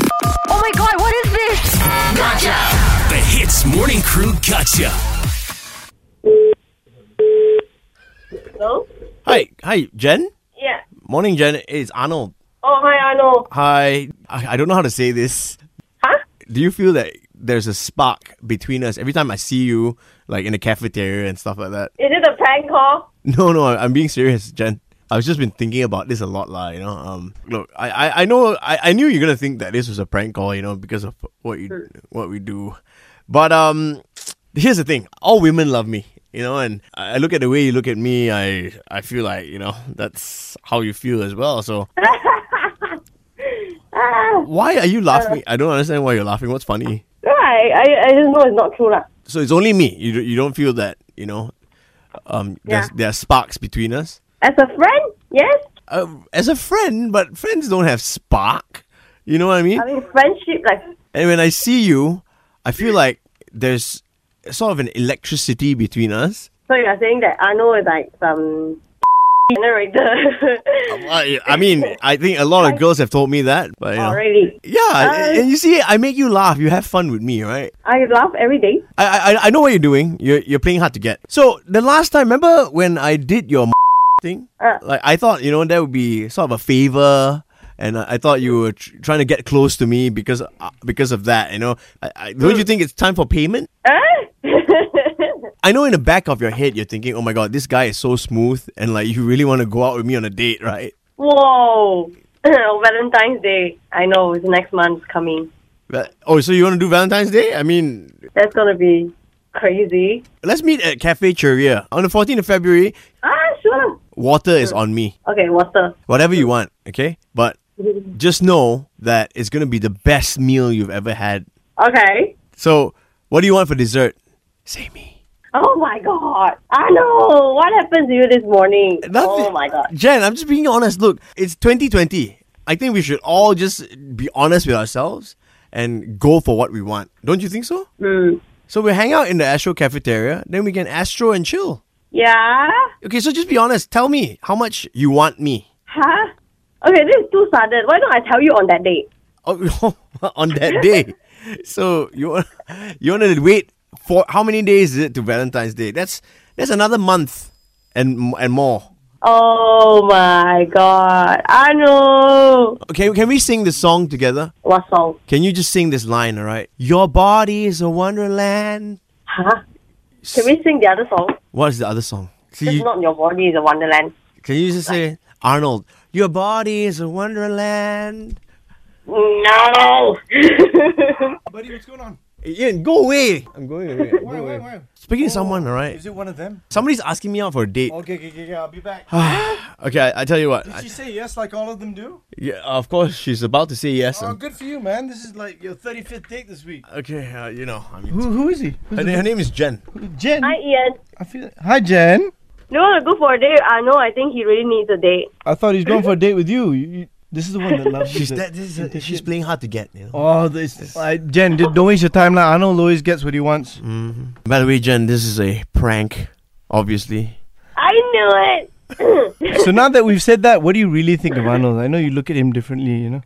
Oh my god, what is this? The Hits Morning Crew Gotcha. Hello? Hi, hi, Jen. Yeah. Morning, Jen. It's Arnold. Oh, hi, Arnold. Hi. I, I don't know how to say this. Huh? Do you feel that there's a spark between us every time I see you, like in the cafeteria and stuff like that? Is it a prank call? No, no, I- I'm being serious, Jen. I've just been thinking about this a lot, lah. You know, um, look, I, I, I know, I, I knew you're gonna think that this was a prank call, you know, because of what you, what we do. But um, here's the thing: all women love me, you know, and I I look at the way you look at me. I, I feel like, you know, that's how you feel as well. So, Ah, why are you laughing? I don't understand why you're laughing. What's funny? no, I, I, I just know it's not true. lah. So it's only me. You, you don't feel that, you know, um, there's, Yeah. there are sparks between us. As a friend, yes? uh, as a friend, but friends don't have spark. You know what I mean? I mean, friendship, like, And when I see you, I feel like there's sort of an electricity between us. so you're saying that Arnold is like some generator. I, I mean, I think a lot of girls have told me that, but you know. Already. Yeah, Uh, and you see, I make you laugh. You have fun with me, right? I laugh every day. I, I, I know what you're doing. You're, you're playing hard to get. So the last time, remember when I did your thing? Uh. Like I thought, you know, that would be sort of a favor, and I, I thought you were tr- trying to get close to me because uh, because of that. You know, I, I, don't you think it's time for payment? Ah? I know in the back of your head you're thinking, oh my god, this guy is so smooth, and like you really want to go out with me on a date, right? Whoa. Oh, Valentine's Day. I know, it's next month coming. But, oh, so you want to do Valentine's Day? I mean, That's gonna be crazy. let's meet at Cafe Cheria on the 14th of February. Ah, sure. Water is on me. Okay, water. whatever you want, okay? But Mm-hmm. just know that it's gonna be the best meal you've ever had. Okay. So, what do you want for dessert? Say me. Oh my god. I know. What happened to you this morning? Oh Nothing- my god. Jen, I'm just being honest. Look, it's 2020. I think we should all just be honest with ourselves and go for what we want. Don't you think so? Hmm. So we hang out in the Astro cafeteria, then we can Astro and chill. Yeah? Okay, so just be honest. Tell me how much you want me. Huh? Okay, this is too sudden. Why don't I tell you on that day? Oh, on that day. so you wa- you want to wait for how many days is it to Valentine's Day? That's that's another month and m- and more. Oh my god. I know. Okay, can we sing this song together? What song? Can you just sing this line, all right? Your body is a wonderland. Huh? Can we sing the other song? What is the other song? See, It's you, not your body is a wonderland. can you just say Arnold? Your body is a wonderland. No. Buddy, what's going on? Ian, go away. I'm going away. I'm Why, going why, away. why? Speaking to someone, all right? Is it one of them? Somebody's asking me out for a date. Okay, okay, okay, okay, I'll be back. Okay, I, I tell you what. Did I- she say yes like all of them do? yeah, of course, she's about to say yes. Oh, and- good for you, man. This is like your 35th date this week. Okay, uh, you know, I mean, Who, who is he? her, na- her name is Jen. Jen. Hi, Ian. I feel. Hi, Jen. You want to go for a date? I know. I think he really needs a date. I thought he's going for a date with you. You- you- this is the one that loves you. She's that, that- this is she's playing hard to get. You know? Oh, this. Uh, Jen, d- don't waste your time now. I know Louis gets what he wants. By the way, Jen, this is a prank, obviously. I knew it. So now that we've said that, what do you really think of Arnold? I know you look at him differently, you know.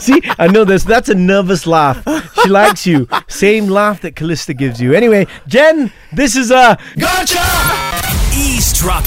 See, I know this. That's a nervous laugh. She likes you. Same laugh that Callista gives you. Anyway, Jen, this is a Ease drop